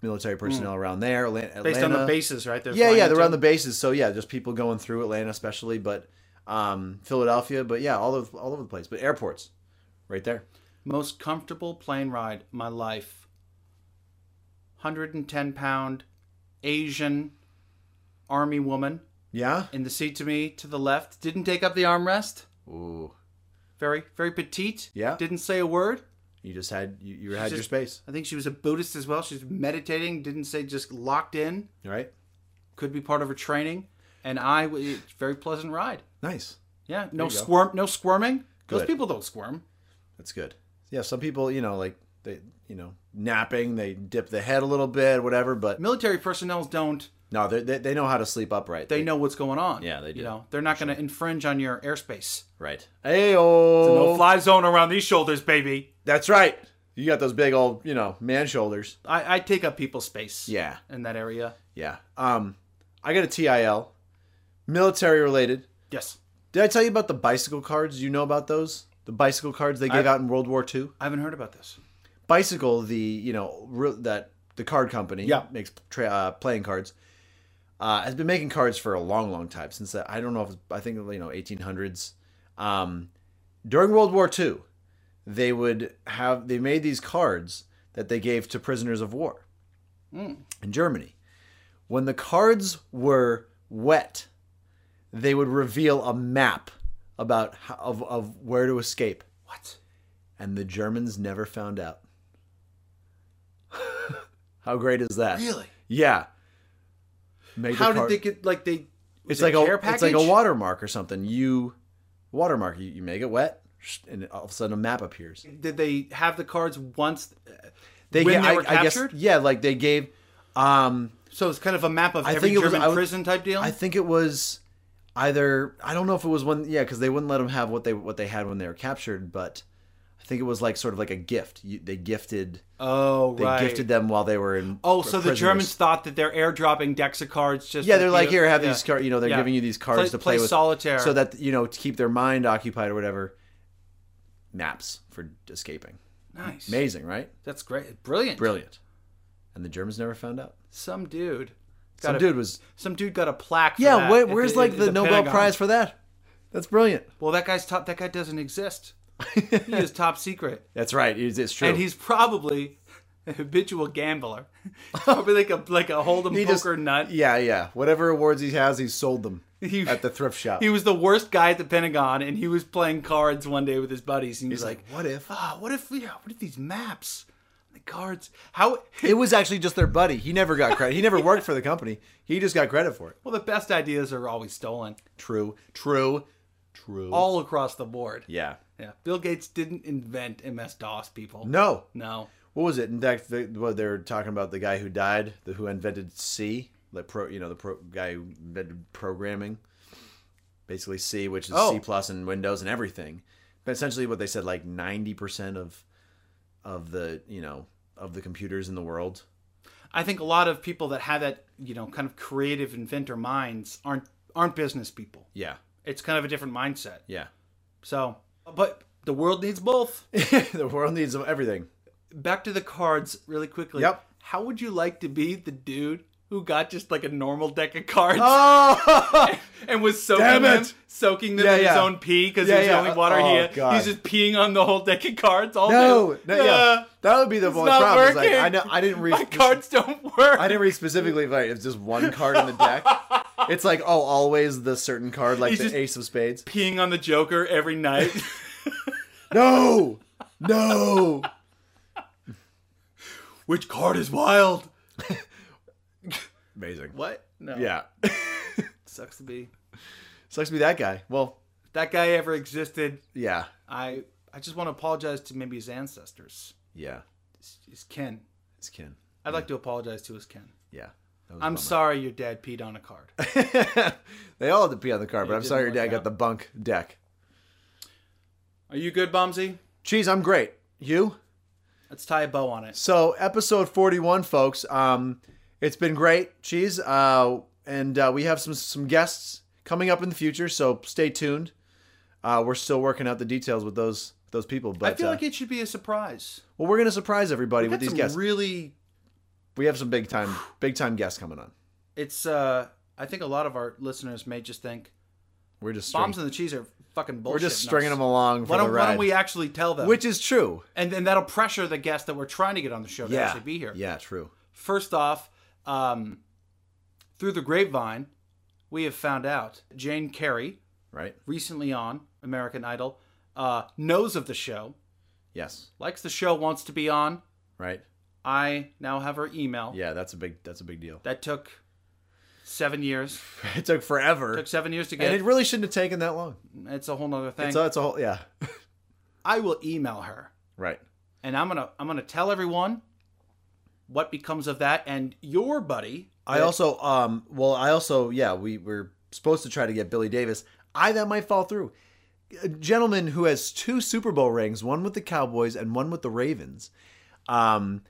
military personnel around there. Atlan- Atlanta,
Hmm. Based on the bases, right? They're
Yeah, yeah,
flying
they're
to.
on the bases. So yeah, just people going through Atlanta, especially, but um, Philadelphia, but yeah, all over all over the place. But airports, right there.
most comfortable plane ride my life 110 pound asian army woman
Yeah.
in the seat to me to the left didn't take up the armrest
Ooh,
very very petite
Yeah.
didn't say a word
you just had you, you had your
just-
space,
i think she was a buddhist as well she's meditating didn't say just locked in
right?
could be part of her training and i w- very pleasant ride
Nice.
yeah no
you go.
squirm no squirming
Good.
those people don't squirm
That's good. Yeah, some people, you know, like they, you know, napping, they dip the head a little bit, whatever. But
military personnel don't
no, they they, they know how to sleep upright.
they know what's going on
Yeah, they do.
you know they're not going to infringe on your airspace Oh.
right.
No
Ayo.
fly zone around these shoulders, baby.
That's right. You got those big old, you know, man shoulders.
I, I take up people's space.
Yeah.
In that area.
Yeah. Um, I got a TIL, military related.
Yes.
Did I tell you about the bicycle cards? Do you know about those? The bicycle cards they gave out in World War II.
I haven't heard about this.
Bicycle, the you know re- that the card company
Yeah.
makes tra- uh, playing cards, uh, has been making cards for a long, long time since the, I don't know if it's, I think you know 1800s. Um, during World War II, they would have they made these cards that they gave to prisoners of war in Germany. When the cards were wet, they would reveal a map about how, of, of where to escape
What?
and the Germans never found out. How great is that?
Really?
Yeah. Make
How
the card-
did they get like they?
It's
was it
like a
care
it's like a
package?
watermark or something. You watermark. You, you make it wet, and all of a sudden a map appears.
Did they have the cards once?
They,
When
ga-
they
I,
were
I guess
captured?
yeah, like they gave. Um,
So it's kind of a map of
I
every
think it was-
German
I was-
prison type deal.
I think it was either I don't know if it was one yeah because they wouldn't let them have what they what they had when they were captured, but I think it was like sort of like a gift. You, they gifted
oh
they
right.
gifted them while they were in.
oh,
pr-
so the
prisoners.
Germans thought that they're airdropping decks of cards. Just
Yeah,
to
they're like,
you-
here, have
yeah.
these cards. You know, they're
Yeah.
giving you these cards
Play-
to play,
play
with,
solitaire.
so that you know to keep their mind occupied or whatever. Maps for escaping.
Nice.
Amazing, right?
That's great. Brilliant.
Brilliant. And the Germans never found out.
Some dude. Got
Some
a,
dude was.
Some dude got a plaque. For
Yeah,
that
where,
at
where's
the-
like
at
the, Nobel
Pentagon.
Prize for that? That's brilliant.
Well, that guy's top. That guy doesn't exist. He is top secret,
That's right. It's, it's true.
and he's probably a habitual gambler. He's probably like a like a hold'em
He
poker
just-
nut.
Yeah, yeah. Whatever awards he has, he sold them
He-
at the thrift shop.
He was the worst guy at the Pentagon, and he was playing cards one day with his buddies, and he was
He's like,
like,
what if?
"Ah, what if? Yeah, what if these maps, the cards? How?
It was actually just their buddy. He never got credit. He never worked for the company. He just got credit for it.
Well, the best ideas are always stolen,
True. True. True.
all across the board.
yeah.
Yeah. Bill Gates didn't invent MS DOS, people.
No.
no.
what was it? In fact, they, what they were talking about the guy who died, the who invented C, the pro, you know, the pro, guy who invented programming, basically C, which is
Oh.
C plus and Windows and everything. But essentially, what they said, like ninety percent of of the you know of the computers in the world.
I think a lot of people that have that, you know, kind of creative inventor minds aren't aren't business people.
Yeah,
It's kind of a different mindset.
yeah.
So, but the world needs both.
the world needs everything.
Back to the cards really quickly.
Yep.
How would you like to be the dude who got just like a normal deck of cards
Oh,
and was soaking
Damn
them,
it.
soaking them
Yeah,
in his
yeah.
own pee because
Yeah,
it was
yeah.
the only water he
Oh,
had.
God.
He's just peeing on the whole deck of cards all
no,
day.
no, yeah. that would be the
It's
only
not
problem. It's Like,
working.
I know, I didn't read.
my cards don't work.
I didn't read specifically, but it's just one card in the deck. It's like, oh, always the certain card, like
He's
the
just-
Ace of Spades.
peeing on the Joker every night.
No, no.
Which card is wild?
Amazing.
What? No.
Yeah,
Sucks to be.
sucks to be that guy. Well,
If that guy ever existed,
yeah,
I I just want to apologize to maybe his ancestors.
yeah.
His, his kin.
It's Ken.
I'd like to apologize to his kin.
Yeah. That was
I'm sorry your dad peed on a card.
they all had to pee on the card, but I'm
didn't
sorry your
work
dad got
out.
the bunk deck.
Are you good, Bomsey?
Geez, I'm great. You?
Let's tie a bow on it.
So episode 41, folks. Um, it's been great, Cheese. Uh, and uh, we have some some guests coming up in the future, so stay tuned. Uh, we're still working out the details with those those people, but
I feel
uh,
like it should be a surprise.
well, we're gonna surprise everybody
We've
with
got
these
some
guests.
really
we have some big time big time guests coming on.
it's uh I think a lot of our listeners may just think
We're just string,
bombs and the cheese are fucking bullshit.
we're just
and
stringing
us.
them along for
Why
the
don't,
ride,
why don't we uh, actually tell them?
which is true.
and then that'll pressure the guest that we're trying to get on the show to
Yeah,
actually be here.
Yeah, true.
First off, um, through the grapevine, we have found out Jane Carey,
Right?
recently on American Idol, uh, knows of the show,
Yes.
likes the show, wants to be on.
Right.
I now have her email.
Yeah, that's a big that's a big deal.
That took seven years.
It took forever,
Took seven years to get.
and it really shouldn't have taken that long.
it's a whole nother thing.
So it's a whole yeah.
I will email her,
Right.
and I'm gonna I'm gonna tell everyone what becomes of that. And your buddy,
I also um well I also yeah we were supposed to try to get Billy Davis. I that might fall through. A gentleman who has two Super Bowl rings, one with the Cowboys and one with the Ravens. Um,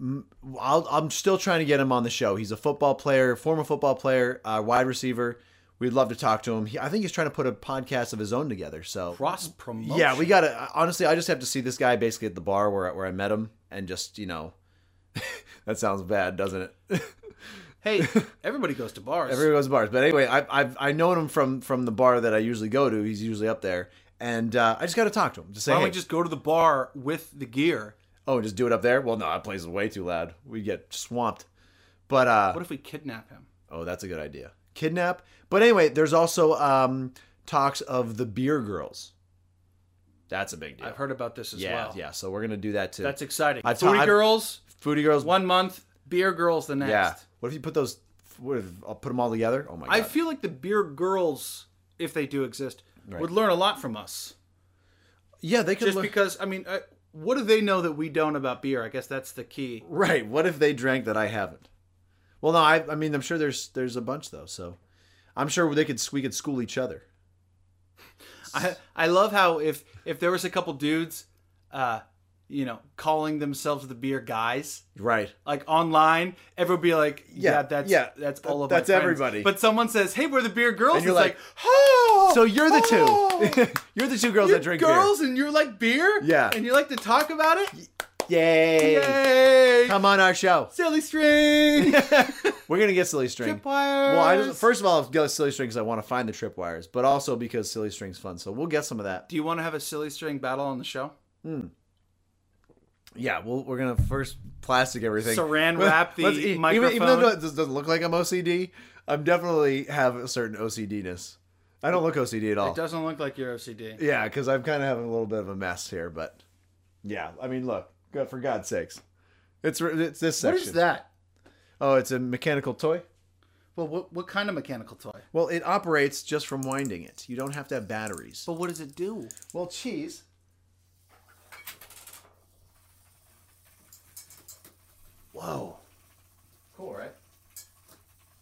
m- I'll, I'm still trying to get him on the show. He's a football player, former football player, uh, wide receiver. We'd love to talk to him. He, I think he's trying to put a podcast of his own together. So
cross promotion.
yeah, we gotta. Honestly, I just have to see this guy basically at the bar where where I met him, and just you know, that sounds bad, doesn't it?
Hey, everybody goes to bars.
Everyone goes to bars. But anyway, I've, I've I known him from from the bar that I usually go to. He's usually up there, and uh, I just got to talk to him. Just say,
Why don't
hey,
we just go to the bar with the gear?
oh, just do it up there. Well, no, that place is way too loud. We get swamped. But uh,
What if we kidnap him?
oh, that's a good idea. Kidnap. But anyway, there's also um, talks of the beer girls. That's a big deal.
I've heard about this as
yeah,
well.
yeah. So we're gonna do that too.
That's exciting.
I've-
3
I've-
girls
Foodie girls.
one month, beer girls the next.
yeah. What if you put those? What if I'll put them all together? Oh my god.
I feel like the beer girls, if they do exist, would learn a lot from us.
yeah, they could.
Just
look-
because, I mean, uh, what do they know that we don't about beer? I guess that's the key.
Right. What if they drank that I haven't? Well, no. I, I mean, I'm sure there's there's a bunch though. So I'm sure they could we could school each other.
I I love how if if there was a couple dudes, uh, you know, calling themselves the beer guys,
Right.
like online, everyone would be like, yeah,
Yeah,
that's
yeah,
that's
that-
all of
that's
my friends.
everybody.
But someone says, hey, we're the beer girls.
And you're
it's like,
like,
oh,
So you're the
oh,
two. you're the two girls
you're
that drink
girls, and you're like beer.
Yeah.
and you like to talk about it.
beer. Yay.
Yay!
Come on our show.
Silly string.
We're gonna get silly string. Well, I just, first of all, I'll get silly string because I want to find the tripwires, but also because silly string's fun. So we'll get some of that.
Do you want to have a silly string battle on the show?
Yeah, well, we're gonna first plastic everything.
Saran wrap the
Let's- e- even,
microphone.
Even though it does- doesn't look like I'm OCD, I'm definitely have a certain OCD-ness. I don't look OCD at all.
It doesn't look like you're OCD.
Yeah, because I'm kind of having a little bit of a mess here, but yeah, I mean, look, go- for God's sakes, it's re- it's this
What
section.
is that?
Oh, it's a mechanical toy.
Well, what, what kind of mechanical toy?
Well, it operates just from winding it. You don't have to have batteries.
But what does it do?
Well, cheese.
Whoa.
Cool, right?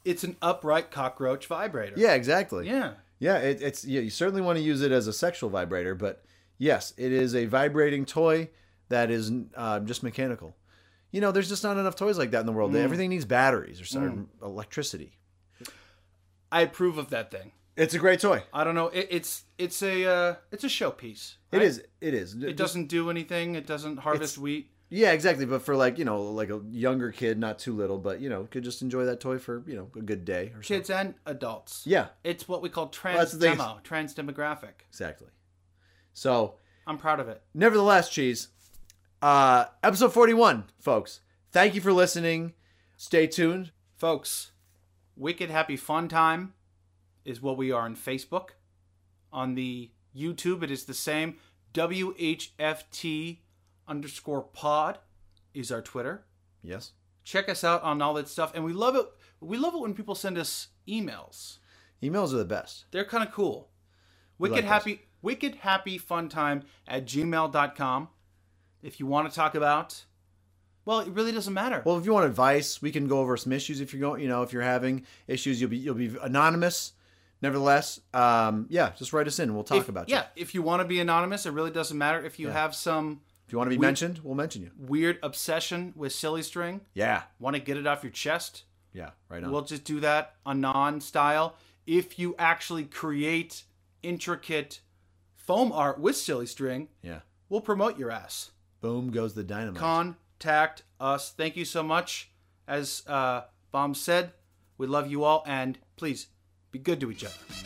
It's an upright cockroach vibrator.
Yeah, exactly.
Yeah.
Yeah, it, it's yeah, you certainly want to use it as a sexual vibrator, but yes, it is a vibrating toy that is uh, just mechanical. You know, there's just not enough toys like that in the world. Everything needs batteries or, some electricity.
I approve of that thing.
It's a great toy.
I don't know. It, it's it's a uh, it's a showpiece.
It
right?
is. It is.
It doesn't do anything. It doesn't harvest wheat.
Yeah, exactly. But for like you know, like a younger kid, not too little, but you know, could just enjoy that toy for you know a good day or something.
Kids and adults.
Yeah,
It's what we call
that's
trans
the thing.
demo, trans demographic.
exactly. So,
I'm proud of it.
nevertheless, cheese. Uh, episode forty-one, folks. Thank you for listening. Stay tuned.
Folks, Wicked Happy Fun Time is what we are on Facebook. On the YouTube, it is the same. WHFT underscore pod is our Twitter.
Yes.
Check us out on all that stuff. And we love it. We love it when people send us emails.
Emails are the best.
They're kind of cool. Wicked
like those.
Happy Wicked Happy Fun Time at gmail.com. If you want to talk about well, it really doesn't matter.
Well, if you want advice, we can go over some issues. If you're going, you know, if you're having issues, you'll be you'll be anonymous. Nevertheless, um, yeah, just write us in. We'll talk
If-
about you.
Yeah, if you want to be anonymous, it really doesn't matter. If you have some
If you want to be mentioned, we'll mention you.
weird obsession with silly string,
Yeah.
want to get it off your chest,
Yeah. Right on.
we'll just do that anon style. If you actually create intricate foam art with silly string,
yeah.
we'll promote your ass.
Boom goes the dynamite.
Contact us. Thank you so much. As uh, Bomb said, we love you all, and please be good to each other.